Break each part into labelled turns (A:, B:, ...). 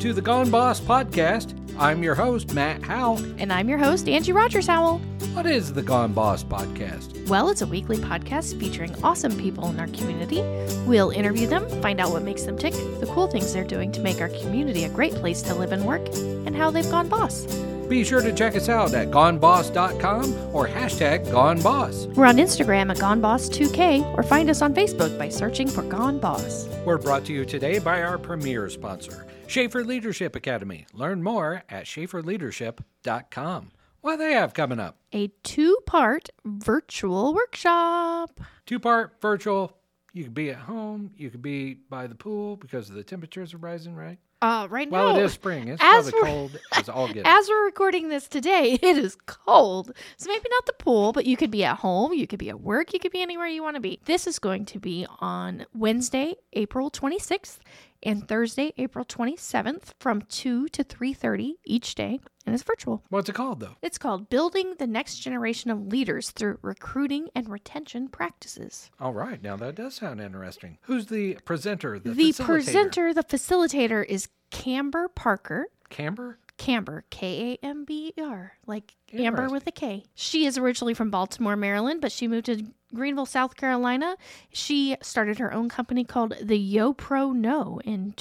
A: to the Gone Boss podcast. I'm your host, Matt Howell.
B: And I'm your host, Angie Rogers Howell.
A: What is the Gone Boss podcast?
B: Well, it's a weekly podcast featuring awesome people in our community. We'll interview them, find out what makes them tick, the cool things they're doing to make our community a great place to live and work, and how they've gone boss.
A: Be sure to check us out at goneboss.com or hashtag goneboss.
B: We're on Instagram at GoneBoss2K or find us on Facebook by searching for Gone Boss.
A: We're brought to you today by our premier sponsor, Schaefer Leadership Academy. Learn more at schaeferleadership.com. What do they have coming up?
B: A two part virtual workshop.
A: Two part virtual. You could be at home, you could be by the pool because the temperatures are rising, right?
B: Uh, right
A: Well,
B: now,
A: it is spring. It's
B: As
A: probably
B: we're-
A: cold as all get. out.
B: As we're recording this today, it is cold. So maybe not the pool, but you could be at home, you could be at work, you could be anywhere you want to be. This is going to be on Wednesday, April 26th and Thursday, April 27th from 2 to 3:30 each day, and it's virtual.
A: What's it called though?
B: It's called Building the Next Generation of Leaders Through Recruiting and Retention Practices.
A: All right, now that does sound interesting. Who's the presenter? The,
B: The
A: facilitator?
B: presenter, the facilitator is Camber Parker.
A: Camber.
B: Camber, K A M B E R, like Amber
A: Interesting.
B: with a K. She is originally from Baltimore, Maryland, but she moved to Greenville, South Carolina. She started her own company called the Yo Pro No in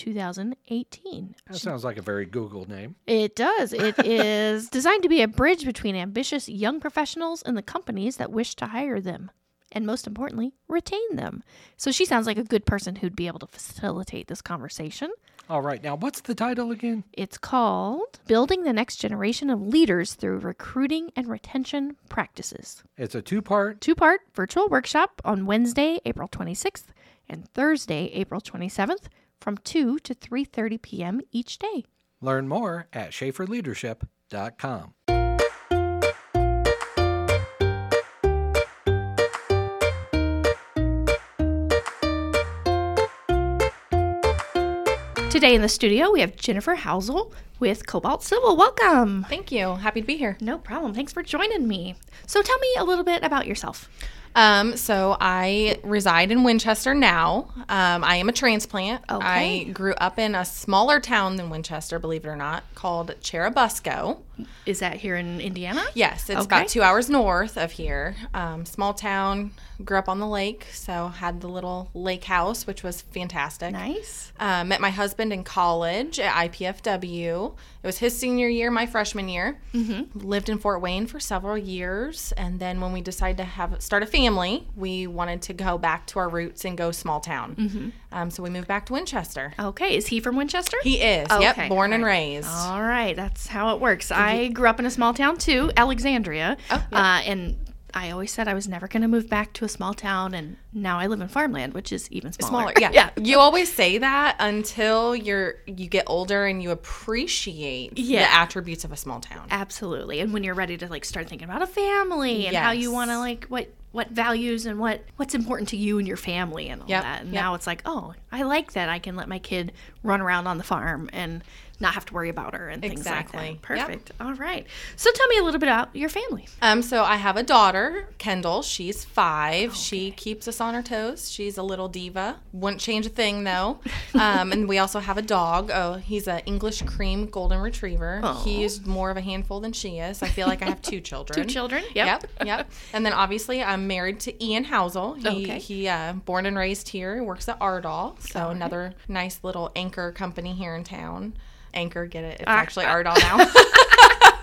B: 2018.
A: That sounds like a very Google name.
B: It does. It is designed to be a bridge between ambitious young professionals and the companies that wish to hire them. And most importantly, retain them. So she sounds like a good person who'd be able to facilitate this conversation.
A: All right, now what's the title again?
B: It's called Building the Next Generation of Leaders Through Recruiting and Retention Practices.
A: It's a two part.
B: Two part virtual workshop on Wednesday, April 26th and Thursday, April 27th from 2 to 3:30 p.m. each day.
A: Learn more at schaeferleadership.com.
B: Today in the studio, we have Jennifer Housel with Cobalt Civil. Welcome.
C: Thank you. Happy to be here.
B: No problem. Thanks for joining me. So tell me a little bit about yourself.
C: Um, so I reside in Winchester now. Um, I am a transplant.
B: Okay.
C: I grew up in a smaller town than Winchester, believe it or not, called Cherubusco.
B: Is that here in Indiana?
C: Yes, it's
B: Okay.
C: about two hours north of here. Um, small town. Grew up on the lake, so had the little lake house, which was fantastic.
B: Nice.
C: Uh, met my husband in college at IPFW. It was his senior year, my freshman year. Mm-hmm. Lived in Fort Wayne for several years, and then when we decided to have start a family, we wanted to go back to our roots and go small town.
B: Mm-hmm.
C: Um, so we moved back to Winchester.
B: Okay. Is he from Winchester?
C: He is,
B: Okay.
C: yep, born and
B: All Oh.
C: raised.
B: All right, that's how it works. I grew up in a small town too, Alexandria.
C: Oh,
B: uh, and I always said I was never going to move back to a small town, and now I live in farmland, which is even smaller.
C: Smaller, Oh, yeah. You always say that until you're you get older and you appreciate
B: Yeah.
C: the attributes of a small town.
B: absolutely. And when you're ready to like start thinking about a family and how you
C: Yes.
B: want to like what what values and what what's important to you and your family and all
C: Yep,
B: that. And
C: yep.
B: now it's like, oh, I like that. I can let my kid run around on the farm and not have to worry about her and things
C: Exactly.
B: like that.
C: Yep.
B: Perfect. All right. So tell me a little bit about your family.
C: Um, so I have a daughter, Kendall. She's five.
B: Oh,
C: She keeps us on her toes. She's a little diva. Wouldn't change a thing though. Um, and we also have a dog. Oh, he's an English cream golden retriever.
B: Aw.
C: He is more of a handful than she is. I feel like I have two children.
B: children?
C: Yep. Yep. And then obviously I'm married to Ian Housel. He,
B: Okay.
C: He uh, born and raised here. He works at Ardall, so another nice little anchor company here in town. Anchor, get it? It's
B: Ah,
C: actually Ardall now.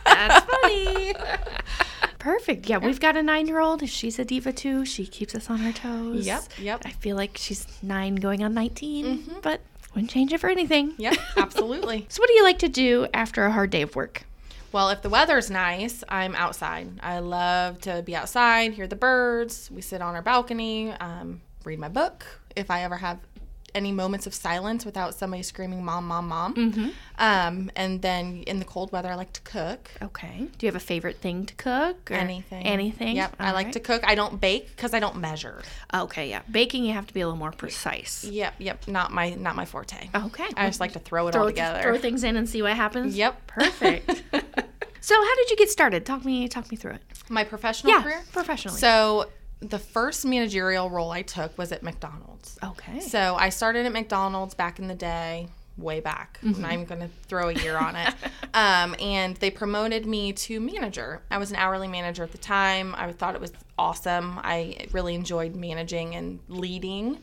B: That's funny. Perfect. Yeah, we've got a nine year old. She's a diva too. She keeps us on our toes.
C: Yep, yep. Mm-hmm.
B: I feel like she's nine going on 19, but wouldn't change it for anything.
C: yep. Absolutely.
B: So, what do you like to do after a hard day of work?
C: Well, if the weather's nice, I'm outside. I love to be outside, hear the birds. We sit on our balcony, um, read my book. If I ever have any moments of silence without somebody screaming, Mom, Mom, Mom.
B: Mm-hmm.
C: Um, and then in the cold weather, I like to cook.
B: Okay. Do you have a favorite thing to cook? Or
C: Anything.
B: Er, Anything?
C: Yep. I
B: All
C: like
B: right.
C: to cook. I don't bake because I don't measure.
B: Okay, yeah. Baking, you have to be a little more precise.
C: Yep. Yep. Not my not my forte.
B: Okay.
C: I just like to throw it
B: Oh. throw,
C: all together.
B: throw things in and see what happens.
C: Yep.
B: Perfect. so, how did you get started? Talk me, talk me through it.
C: my professional
B: yeah,
C: career.
B: professionally.
C: So the first managerial role I took was at McDonald's.
B: okay.
C: So I started at McDonald's back in the day, way back. I'm not even going to throw a year on it. um, and they promoted me to manager. I was an hourly manager at the time. I thought it was awesome. I really enjoyed managing and leading.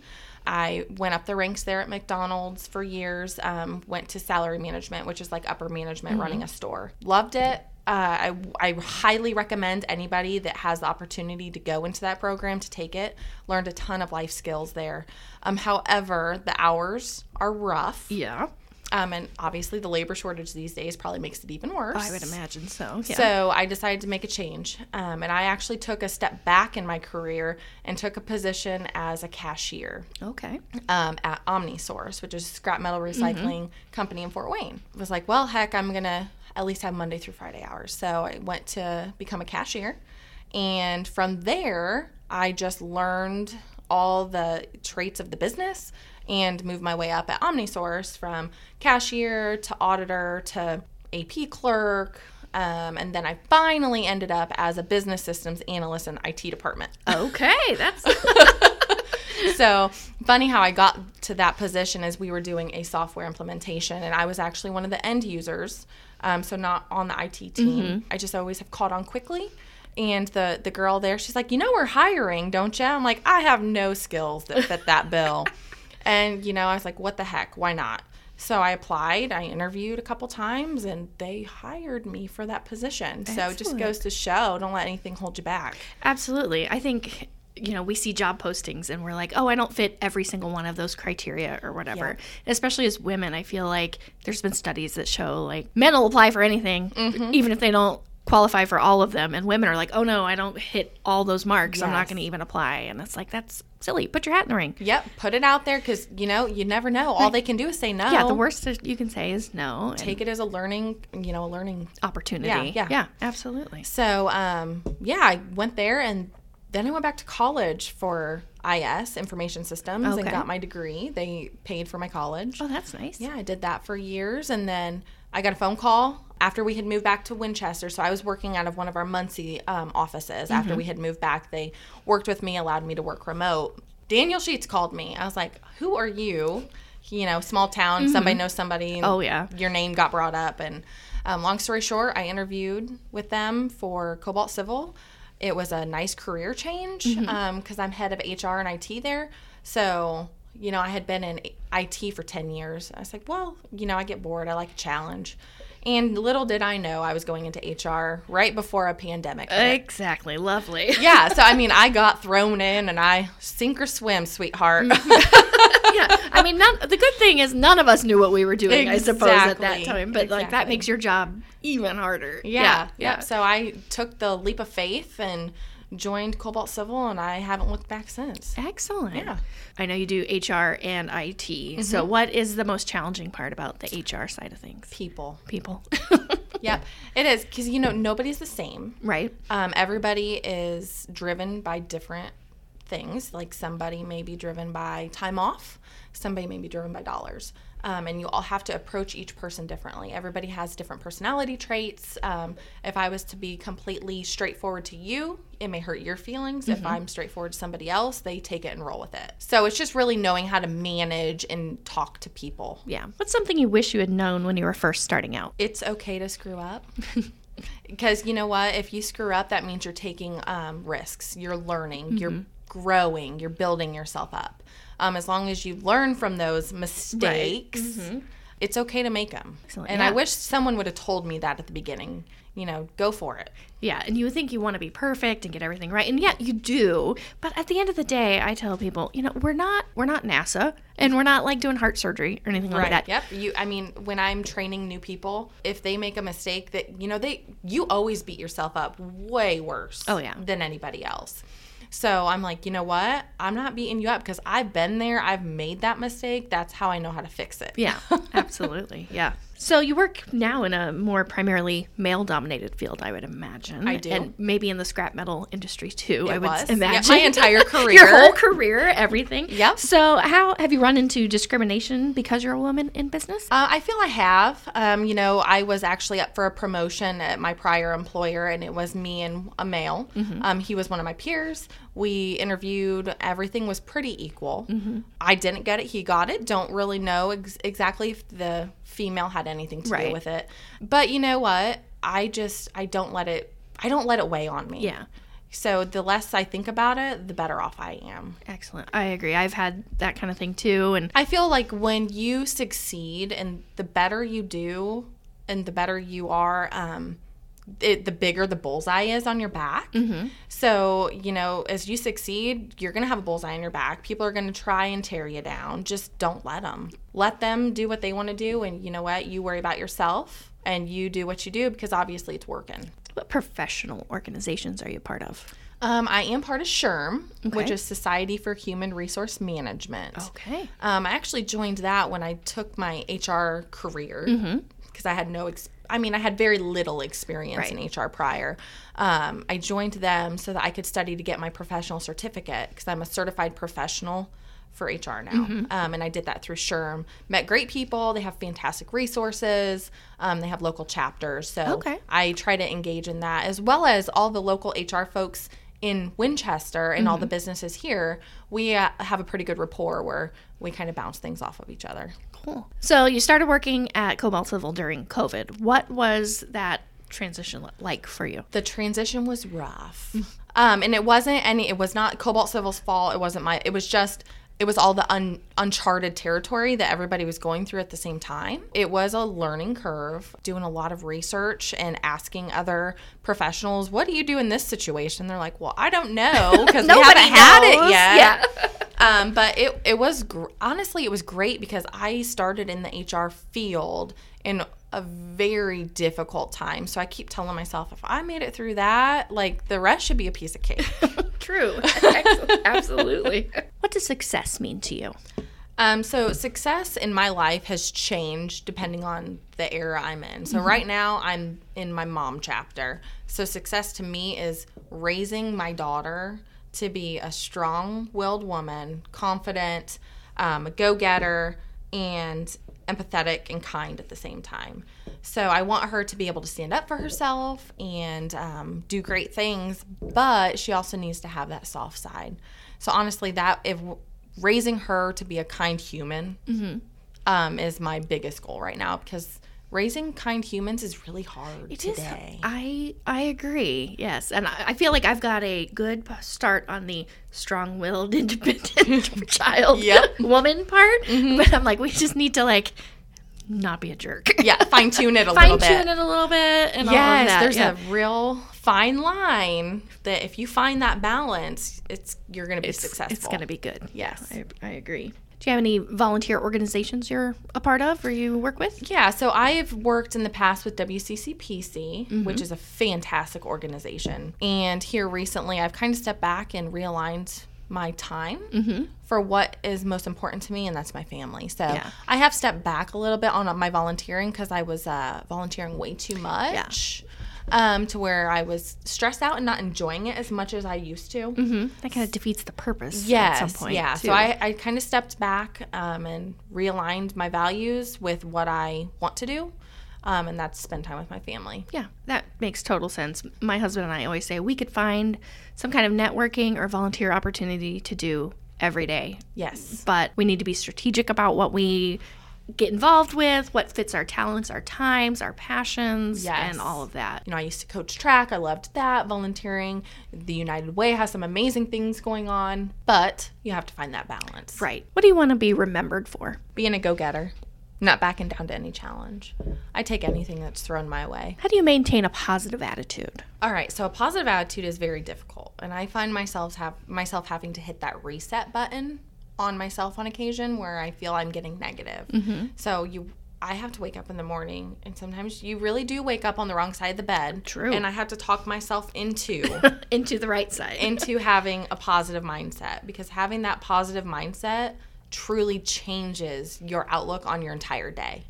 C: I went up the ranks there at McDonald's for years. Um, went to salary management, which is like upper management running a store. Loved it. Uh, I, I highly recommend anybody that has the opportunity to go into that program to take it. Learned a ton of life skills there. Um, however, the hours are rough.
B: Yeah.
C: Um, and obviously, the labor shortage these days probably makes it even worse.
B: Oh, I would imagine so. Yeah.
C: So I decided to make a change. Um, and I actually took a step back in my career and took a position as a cashier
B: okay.
C: um, at Omnisource, which is a scrap metal recycling company in Fort Wayne. I was like, well, heck, I'm going to at least have Monday through Friday hours. So I went to become a cashier. And from there, I just learned all the traits of the business and moved my way up at Omnisource from cashier to auditor to AP clerk. Um, and then I finally ended up as a business systems analyst in the IT department
B: Okay. That's
C: so funny how I got to that position is we were doing a software implementation, and I was actually one of the end users, um, so not on the IT team. I just always have caught on quickly. And the the girl there, she's like, you know, we're hiring, don't you? I'm like, I have no skills that fit that bill, and you know, I was like, what the heck? Why not? So I applied, I interviewed a couple times, and they hired me for that position. So it just
B: Excellent.
C: goes to show, don't let anything hold you back.
B: absolutely. I think you know we see job postings and we're like, oh, I don't fit every single one of those criteria or whatever. Especially as women, I feel like there's been studies that show like men will apply for anything, even if they don't qualify for all of them, and women are like, oh no, I don't hit all those marks, I'm not
C: Yes.
B: going to even apply, and it's like that's silly. Put your hat in the ring.
C: Yep, put it out there because you know you never know. All they can do is say no.
B: Yeah, the worst that you can say is no. and
C: Take it as a learning, you know, a learning.
B: opportunity.
C: Yeah, yeah.
B: absolutely.
C: So, um, yeah, I went there and then I went back to college for IS information systems
B: Okay.
C: and got my degree. They paid for my college.
B: Oh, that's nice.
C: Yeah, I did that for years, and then I got a phone call after we had moved back to Winchester. So I was working out of one of our Muncie um, offices.
B: Mm-hmm.
C: After we had moved back, they worked with me, allowed me to work remote. Daniel Sheets called me. I was like, "Who are you?" You know, small town. Somebody knows somebody. and
B: Oh, yeah.
C: your name got brought up. And um, long story short, I interviewed with them for Cobalt Civil. It was a nice career change because I'm head of HR and IT there. So, you know, I had been in IT for 10 years. I was like, well, you know, I get bored. I like a challenge. And little did I know I was going into HR right before a pandemic. hit
B: Exactly. Lovely.
C: yeah, so I mean, I got thrown in and I sink or swim, sweetheart.
B: yeah. I mean, none, the good thing is none of us knew what we were doing, I suppose, at that
C: Exactly.
B: time. But like that
C: Exactly.
B: makes your job even harder.
C: Yeah. Yep. So I took the leap of faith and joined Cobalt Civil, and I haven't looked back since.
B: Excellent.
C: Yeah. Mm-hmm.
B: I know you do HR and IT. So what is the most challenging part about the HR side of things?
C: People.
B: People.
C: Yep. It is because you know nobody's the same.
B: right.
C: Um, everybody is driven by different things. Like somebody may be driven by time off, somebody may be driven by dollars. Um, and you all have to approach each person differently. Everybody has different personality traits. Um, if I was to be completely straightforward to you, it may hurt your feelings. If I'm straightforward to somebody else, they take it and roll with it. So it's just really knowing how to manage and talk to people.
B: Yeah. What's something you wish you had known when you were first starting out?
C: It's okay to screw up. because you know what if you screw up that means you're taking um, risks you're learning you're
B: Mm-hmm.
C: growing you're building yourself up um, as long as you learn from those mistakes it's okay to make them
B: Mm-hmm. Excellent,
C: and
B: yeah.
C: i wish someone would have told me that at the beginning you know go for it
B: Yeah, and you would think you want to be perfect and get everything right, and yet you do. But at the end of the day, I tell people, you know, we're not we're not NASA, and we're not like doing heart surgery or anything like that.
C: yep you i mean when i'm training new people if they make a mistake that you know they you always beat yourself up way worse
B: Oh, yeah.
C: than anybody else so i'm like you know what i'm not beating you up because i've been there i've made that mistake that's how i know how to fix it
B: Yeah, absolutely. Yeah. So you work now in a more primarily male-dominated field, I would imagine.
C: I do.
B: and maybe in the scrap metal industry too. I
C: It
B: would
C: was. Yeah,
B: imagine
C: my entire
B: your
C: career.
B: whole career, everything.
C: Yep.
B: So how have you run into discrimination because you're a woman in business?
C: Uh, I feel I have. Um, you know, I was actually up for a promotion at my prior employer, and it was me and a male.
B: Mm-hmm.
C: Um, he was one of my peers. We interviewed. Everything was pretty equal.
B: Mm-hmm.
C: I didn't get it. He got it. Don't really know ex- exactly if the female had anything to
B: Right.
C: do with it. But you know what? I just I don't let it. I don't let it weigh on me.
B: Yeah.
C: So the less I think about it, the better off I am.
B: Excellent. I agree. I've had that kind of thing too, and
C: I feel like when you succeed and the better you do and the better you are, um, it, the bigger the bullseye is on your back. So, you know, as you succeed, you're going to have a bullseye on your back. People are going to try and tear you down. Just don't let them. Let them do what they want to do. And you know what? You worry about yourself and you do what you do because obviously it's working.
B: what professional organizations are you part of?
C: Um, I am part of SHRM, which
B: Okay.
C: is Society for Human Resource Management.
B: Okay.
C: Um, I actually joined that when I took my HR career because I had no, ex- I mean, I had very little experience in HR prior. Um, I joined them so that I could study to get my professional certificate because I'm a certified professional for HR now. Um, and I did that through SHRM. Met great people. They have fantastic resources. Um, they have local chapters. So
B: Okay.
C: I try to engage in that as well as all the local HR folks in Winchester and all the businesses here. We uh, have a pretty good rapport where we kind of bounce things off of each other.
B: Cool. So you started working at Cobalt Civil during COVID. What was that transition like for you?
C: The transition was rough. Um, and it wasn't any, it was not Cobalt Civil's fault. It wasn't my, it was just, it was all the un, uncharted territory that everybody was going through at the same time. It was a learning curve, doing a lot of research and asking other professionals, what do you do in this situation? They're like, well, I don't know because we haven't had it
B: knows.
C: yet.
B: Yeah.
C: um, but it it was gr- honestly it was great because I started in the HR field in a very difficult time. So I keep telling myself if I made it through that, like the rest should be a piece of cake.
B: True. Absolutely. What does success mean to you?
C: Um, so success in my life has changed depending on the era I'm in. So right now I'm in my mom chapter. So success to me is raising my daughter to be a strong-willed woman, confident, um, a go-getter, and empathetic and kind at the same time. So I want her to be able to stand up for herself and um, do great things, but she also needs to have that soft side. So honestly, that if raising her to be a kind human
B: Mm-hmm.
C: um, is my biggest goal right now because raising kind humans is really hard today.
B: I I agree. Yes, and I, I feel like I've got a good p- start on the strong-willed, independent child
C: Yep. Mm-hmm.
B: woman part. But I'm like, we just need to like not be a jerk.
C: yeah, fine tune it a little
B: Fine
C: bit.
B: tune it a little bit. And all of
C: Yes,
B: that.
C: there's
B: yeah.
C: a real fine line that if you find that balance, it's you're going to be successful.
B: It's gonna be good.
C: Yes.
B: I, I agree. Do you have any volunteer organizations you're a part of or you work with?
C: Yeah, so I've worked in the past with WCCPC, which is a fantastic organization. And here recently, I've kind of stepped back and realigned my time for what is most important to me, and that's my family. So
B: Yeah.
C: I have stepped back a little bit on my volunteering because I was uh, volunteering way too much. Um, to where I was stressed out and not enjoying it as much as I used to.
B: That kind of defeats the purpose
C: Yes,
B: at some point.
C: Yeah.
B: too.
C: So I, I kind of stepped back um, and realigned my values with what I want to do, um, and that's spend time with my family.
B: Yeah, that makes total sense. My husband and I always say we could find some kind of networking or volunteer opportunity to do every day,
C: Yes.
B: but we need to be strategic about what we get involved with, what fits our talents, our times, our passions,
C: Yes.
B: and all of that.
C: You know, I used to coach track. I loved that volunteering. The United Way has some amazing things going on, but you have to find that balance.
B: Right. What do you want to be remembered for?
C: Being a go-getter, not backing down to any challenge. I take anything that's thrown my way.
B: How do you maintain a positive attitude?
C: All right, so a positive attitude is very difficult, and I find myself have myself having to hit that reset button on myself on occasion where I feel I'm getting negative. So you I have to wake up in the morning and sometimes you really do wake up on the wrong side of the bed.
B: True.
C: And I have to talk myself into
B: Into the right side.
C: into having a positive mindset because having that positive mindset truly changes your outlook on your entire day.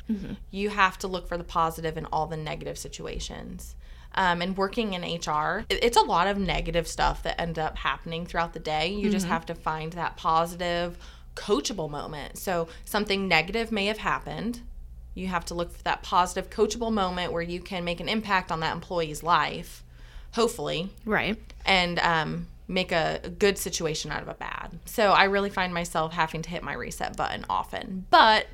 C: You have to look for the positive in all the negative situations. Um, and working in HR, it- it's a lot of negative stuff that end up happening throughout the day. You just have to find that positive, coachable moment. So something negative may have happened. You have to look for that positive, coachable moment where you can make an impact on that employee's life, hopefully,
B: Right.
C: and um, make a a good situation out of a bad. So I really find myself having to hit my reset button often, but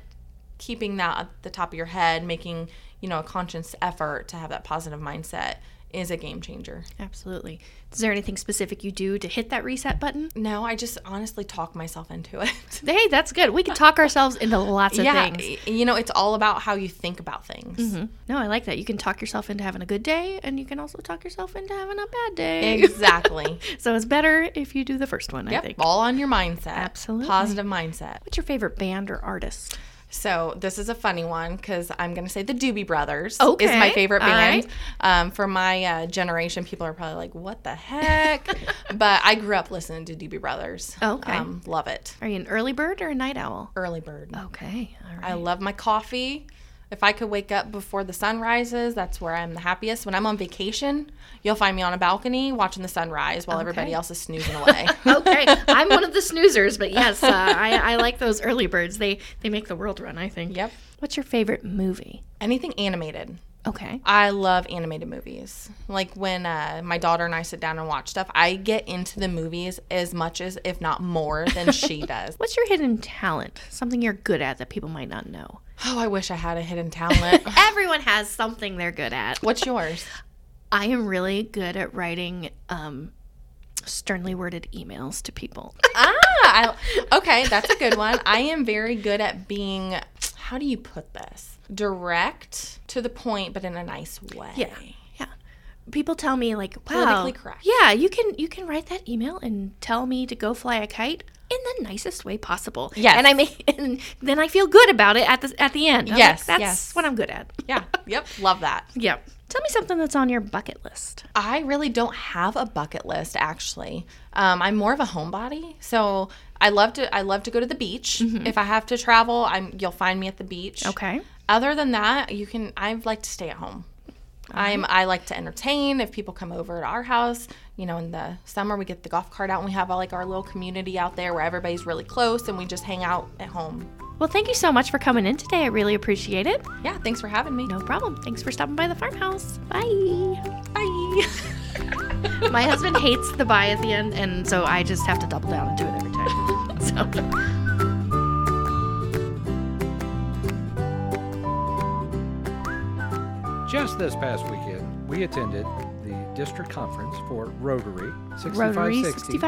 C: keeping that at the top of your head, making you know a conscious effort to have that positive mindset is a game changer.
B: Absolutely. Is there anything specific you do to hit that reset button?
C: No, I just honestly talk myself into it.
B: Hey, that's good. We can talk ourselves into lots of
C: yeah,
B: things.
C: y- you know, it's all about how you think about things.
B: No, I like that. You can talk yourself into having a good day, and you can also talk yourself into having a bad day.
C: Exactly.
B: so it's better if you do the first one, I
C: yep.
B: think.
C: All on your mindset.
B: Absolutely.
C: Positive mindset.
B: What's your favorite band or artist?
C: So this is a funny one because I'm gonna say the Doobie Brothers is
B: Okay,
C: my favorite
B: all
C: band. Um, for my uh, generation, people are probably like, "What the heck?" but I grew up listening to Doobie Brothers. Um,
B: Okay.
C: love it.
B: Are you an early bird or a night owl?
C: Early bird.
B: Okay. All right.
C: I love my coffee. If I could wake up before the sun rises, that's where I'm the happiest. When I'm on vacation, you'll find me on a balcony watching the sunrise while everybody else is snoozing away.
B: okay, I'm one of the snoozers, but yes, uh, I, I like those early birds. They they make the world run. I think.
C: Yep.
B: What's your favorite movie?
C: Anything animated.
B: Okay.
C: I love animated movies. Like when uh, my daughter and I sit down and watch stuff, I get into the movies as much as, if not more, than she does.
B: What's your hidden talent? Something you're good at that people might not know.
C: Oh, I wish I had a hidden talent.
B: Everyone has something they're good at.
C: What's yours?
B: I am really good at writing um, sternly worded emails to people.
C: Ah, I, okay, that's a good one. I am very good at being, how do you put this? Direct to the point, but in a nice way.
B: Yeah. Yeah. People tell me like, wow,
C: Politically correct.
B: yeah, you can you can write that email and tell me to go fly a kite in the nicest way possible.
C: Yes.
B: and I may, and then I feel good about it at the at the end. I'm like,
C: Yes,
B: that's
C: yes.
B: what I'm good at.
C: Yeah. Yep. Love that.
B: Yeah, tell me something that's on your bucket list.
C: I really don't have a bucket list actually. Um, I'm more of a homebody, so I love to I love to go to the beach. If I have to travel, I'm you'll find me at the beach.
B: Okay,
C: Other than that, you can I like to stay at home. I'm I like to entertain. If people come over to our house, you know, in the summer we get the golf cart out and we have like our little community out there where everybody's really close and we just hang out at home.
B: well, thank you so much for coming in today. I really appreciate it.
C: Yeah, thanks for having me.
B: No problem. Thanks for stopping by the farmhouse. Bye.
C: Bye.
B: My husband hates the bye at the end, and so I just have to double down and do it every time. So.
A: Just this past weekend, we attended the district conference for Rotary 6560
B: Rotary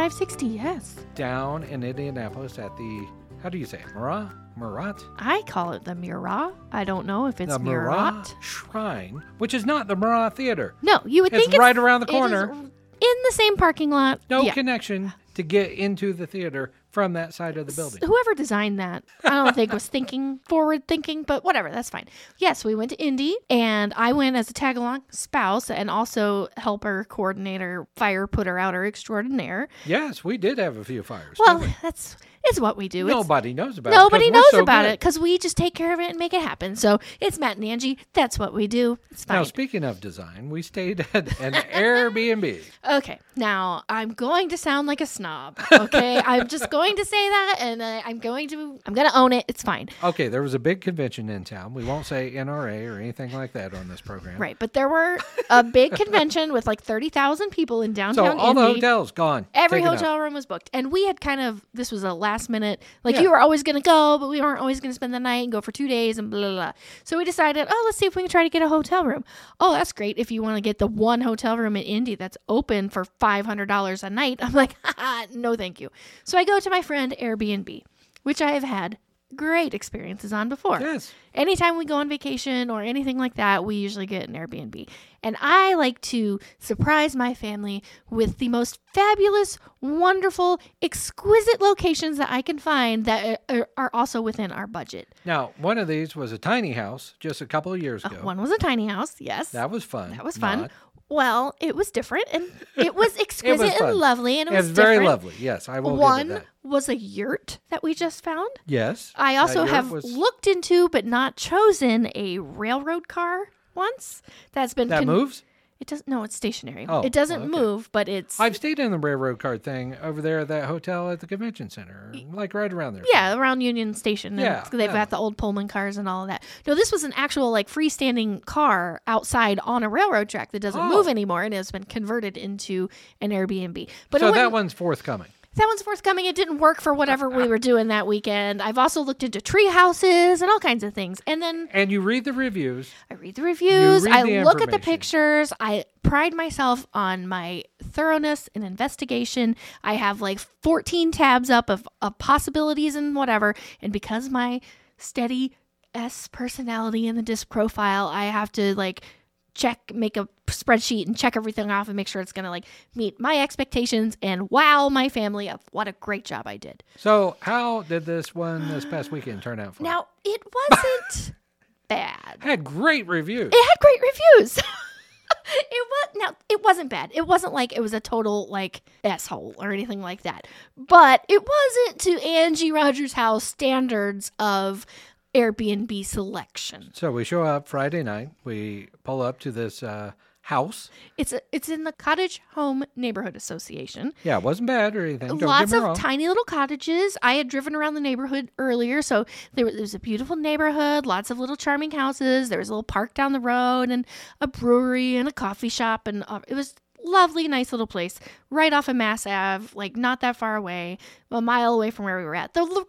B: 6560, yes.
A: down in Indianapolis at the, how do you say it, Marat? Marat?
B: I call it the Murat. I don't know if it's
A: the
B: Murat.
A: Marat Shrine, which is not the Marat Theater.
B: No, you would
A: It's
B: think
A: right around the
B: it is
A: corner.
B: in the same parking lot.
A: No
B: Yeah.
A: connection to get into the theater from that side of the building.
B: Whoever designed that, I don't think was thinking forward thinking, but whatever, that's fine. Yes, we went to Indy, and I went as a tag along spouse and also helper, coordinator, fire putter outer extraordinaire.
A: Yes, we did have a few fires.
B: Well,
A: didn't
B: that's it's what we do.
A: we?
B: It's-
A: nobody knows about
B: Nobody
A: it. 'cause we're
B: knows
A: so
B: about
A: good.
B: it because we just take care of it and make it happen. So it's Matt and Angie. That's what we do. It's fine.
A: Now, speaking of design, we stayed at an Airbnb.
B: Okay, now I'm going to sound like a snob. Okay, I'm just going to say that, and I, I'm going to I'm going to own it. It's fine,
A: Okay, there was a big convention in town. We won't say NRA or anything like that on this program.
B: right? But there were a big convention with like thirty thousand people in
A: So
B: downtown
A: all the
B: Indy.
A: hotels gone.
B: Every
A: taken up.
B: hotel room was booked, and we had kind of this was a last minute. Like
A: Yeah.
B: you were always going to go, but we weren't always going to spend the night and go for two days and blah blah blah. So we decided, oh, let's see if we can try to get a hotel room. Oh, that's great if you want to get the one hotel room in Indy that's open for five hundred dollars a night. I'm like, Haha, no, thank you. So I go to my friend Airbnb, which I have had great experiences on before.
A: Yes.
B: Anytime we go on vacation or anything like that, we usually get an Airbnb. And I like to surprise my family with the most fabulous, wonderful, exquisite locations that I can find that are- are also within our budget.
A: Now, one of these was a tiny house just a couple of years ago.
B: One was a tiny house, yes.
A: That was fun.
B: Oh, That was fun.
A: Not-
B: Well, it was different and it was exquisite
A: fun.
B: and lovely and it
A: It's
B: was
A: very
B: different.
A: lovely. Yes, I will give it
B: One
A: that.
B: was a yurt that we just found.
A: Yes.
B: I
A: that
B: also
A: yurt
B: have
A: was-
B: looked into but not chosen a railroad car once. That's been
A: that
B: con-
A: moves.
B: It doesn't no, it's stationary.
A: Oh,
B: it doesn't
A: okay.
B: move, but it's
A: I've stayed in the railroad car thing over there at that hotel at the convention center, like right around there.
B: Yeah, around Union Station. And
A: Yeah,
B: they've
A: yeah.
B: got the old Pullman cars and all of that. No, this was an actual like freestanding car outside on a railroad track that doesn't
A: Oh.
B: move anymore and has been converted into an Airbnb. But
A: So
B: it
A: that
B: that,
A: one's forthcoming.
B: that one's forthcoming. It didn't work for whatever we were doing that weekend. I've also looked into tree houses and all kinds of things. And then
A: And you read the reviews.
B: I read the reviews.
A: read
B: I
A: the
B: look at the
A: information.
B: pictures. I pride myself on my thoroughness and investigation. I have like 14 tabs up of, of possibilities and whatever. And because my steady S personality in the disc profile, I have to like check, make a spreadsheet and check everything off and make sure it's going to like meet my expectations and wow my family up. What a great job I did.
A: So how did this one this past weekend turn out for? you?
B: Now, it wasn't bad.
A: had great reviews.
B: it had great reviews. it was now it wasn't bad. It wasn't like it was a total like asshole or anything like that. But it wasn't to Angie Rogers House standards of Airbnb selection.
A: So we show up Friday night. We pull up to this uh, house.
B: It's a, it's in the Cottage Home Neighborhood Association.
A: Yeah, it wasn't bad or anything. Don't get
B: Lots
A: me
B: of
A: wrong.
B: tiny little cottages. I had driven around the neighborhood earlier, so there was, it was a beautiful neighborhood, lots of little charming houses. There was a little park down the road, and a brewery, and a coffee shop, and uh, it was lovely, nice little place right off of Mass Ave, like not that far away, a mile away from where we were at. The l- reviews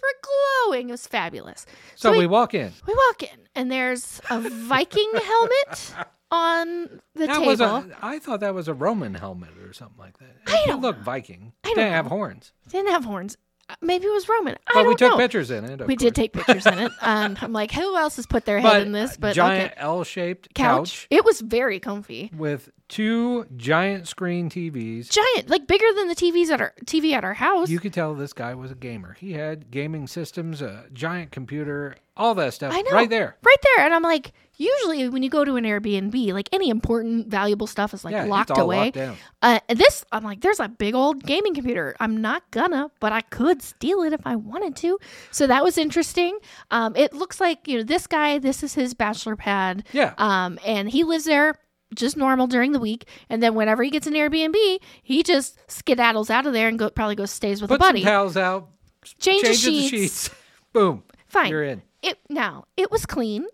B: were glowing. It was fabulous.
A: so
B: we-
A: we walk in.
B: We walk in, and there's a Viking helmet on the
A: That
B: table.
A: was a, I thought that was a Roman helmet or something like that. It didn't
B: don't
A: look Viking.
B: I don't
A: didn't have
B: know.
A: horns.
B: Didn't have horns. Uh, Maybe it was Roman. I
A: But
B: don't
A: we took
B: know.
A: pictures in it. of
B: We
A: course.
B: did take pictures in it. Um, I'm like, who else has put their head
A: But
B: in this?
A: a
B: But
A: giant
B: okay.
A: L-shaped
B: couch.
A: couch.
B: It was very comfy.
A: with two giant screen TVs.
B: Giant, like bigger than the TVs at our TV at our house.
A: You could tell this guy was a gamer. He had gaming systems, a giant computer, all that stuff
B: I know.
A: right there.
B: Right there. And I'm like, usually when you go to an Airbnb, like any important, valuable stuff is like
A: yeah,
B: locked
A: it's all
B: away.
A: locked down.
B: Uh, this, I'm like, there's a big old gaming computer. I'm not gonna, but I could steal it if I wanted to. So that was interesting. Um, it looks like you know this guy. This is his bachelor pad.
A: Yeah.
B: Um, and he lives there just normal during the week, and then whenever he gets an Airbnb, he just skedaddles out of there and go probably goes stays with
A: Put
B: a buddy.
A: some towels out.
B: Change the
A: changes
B: sheets.
A: the sheets. Boom.
B: Fine.
A: You're in.
B: It now it was clean.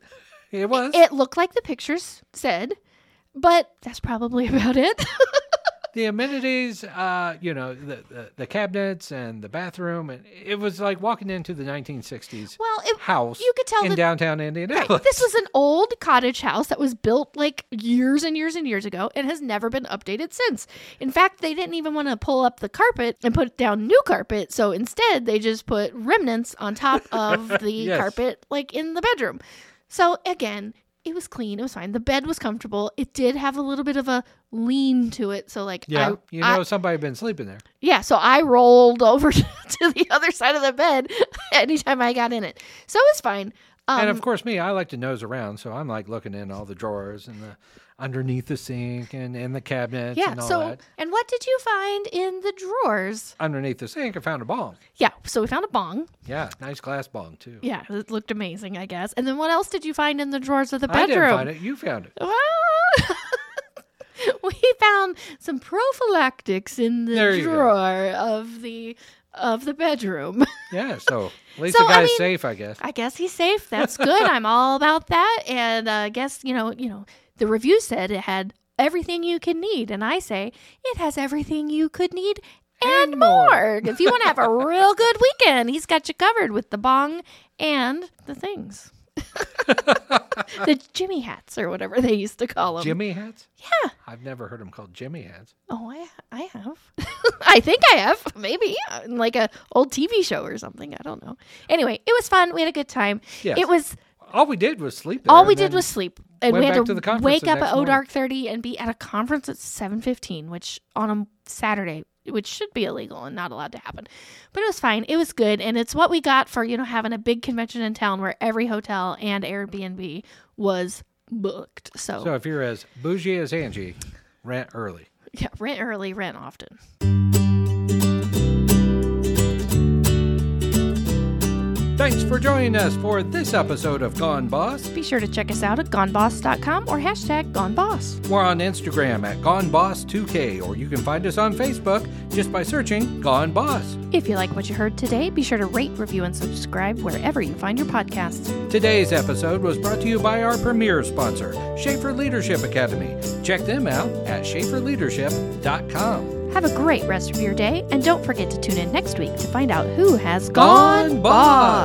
A: It was.
B: It looked like the pictures said, but that's probably about it.
A: the amenities, uh, you know, the, the, the cabinets and the bathroom. And it was like walking into the 1960s
B: well, it,
A: house
B: you could tell
A: in
B: that
A: downtown
B: Right.
A: Indianapolis.
B: This was an old cottage house that was built like years and years and years ago and has never been updated since. In fact, they didn't even want to pull up the carpet and put down new carpet. So instead, they just put remnants on top of the
A: Yes.
B: carpet, like in the bedroom. So again, it was clean. It was fine. The bed was comfortable. It did have a little bit of a lean to it. So, like,
A: yeah.
B: I,
A: you
B: I-
A: know, somebody had been sleeping there.
B: yeah, so I rolled over to the other side of the bed anytime I got in it. So it was fine. Um,
A: and of course, me, I like to nose around. So I'm like looking in all the drawers and the underneath the sink and, and the cabinets
B: Yeah.
A: and all
B: so,
A: that.
B: and what did you find in the drawers?
A: Underneath the sink, I found a bong.
B: Yeah. So we found a bong.
A: Yeah. Nice glass bong, too.
B: Yeah, it looked amazing, I guess. And then what else did you find in the drawers of the
A: I
B: bedroom?
A: didn't find it. You found it.
B: Ah! we found some prophylactics in the
A: There you go.
B: drawer of the of the bedroom.
A: Yeah. So at least
B: So,
A: the
B: I
A: guy's
B: mean-
A: safe, I guess.
B: I guess he's safe. That's good. I'm all about that. And uh, I guess you know, you know, the review said it had everything you can need, and I say it has everything you could need and,
A: And
B: more.
A: more.
B: If you want to have a real good weekend, he's got you covered with the bong and the things. the Jimmy hats or whatever they used to call them.
A: Jimmy hats?
B: Yeah.
A: I've never heard them called Jimmy hats.
B: Oh, I I have. I think I have. Maybe in like a old TV show or something. I don't know. Anyway, it was fun. We had a good time.
A: Yes.
B: It was
A: All we did was sleep. There
B: all we
A: and
B: did
A: then-
B: was sleep and
A: went
B: we had
A: back
B: to,
A: to the conference
B: wake
A: the
B: up at
A: next
B: oh
A: morning.
B: dark 30 and be at a conference at 7.15 which on a saturday which should be illegal and not allowed to happen but it was fine it was good and it's what we got for you know having a big convention in town where every hotel and airbnb was booked. So,
A: So if you're as bougie as Angie, rent early.
B: yeah, rent early, rent often.
A: Thanks for joining us for this episode of Gone Boss.
B: Be sure to check us out at goneboss.com or hashtag goneboss.
A: We're on Instagram at GoneBoss2K, or you can find us on Facebook just by searching Gone Boss.
B: If you like what you heard today, be sure to rate, review, and subscribe wherever you find your podcasts.
A: Today's episode was brought to you by our premier sponsor, Schaefer Leadership Academy. Check them out at schaeferleadership.com.
B: Have a great rest of your day, and don't forget to tune in next week to find out who has
A: Gone
B: gone,
A: Boss.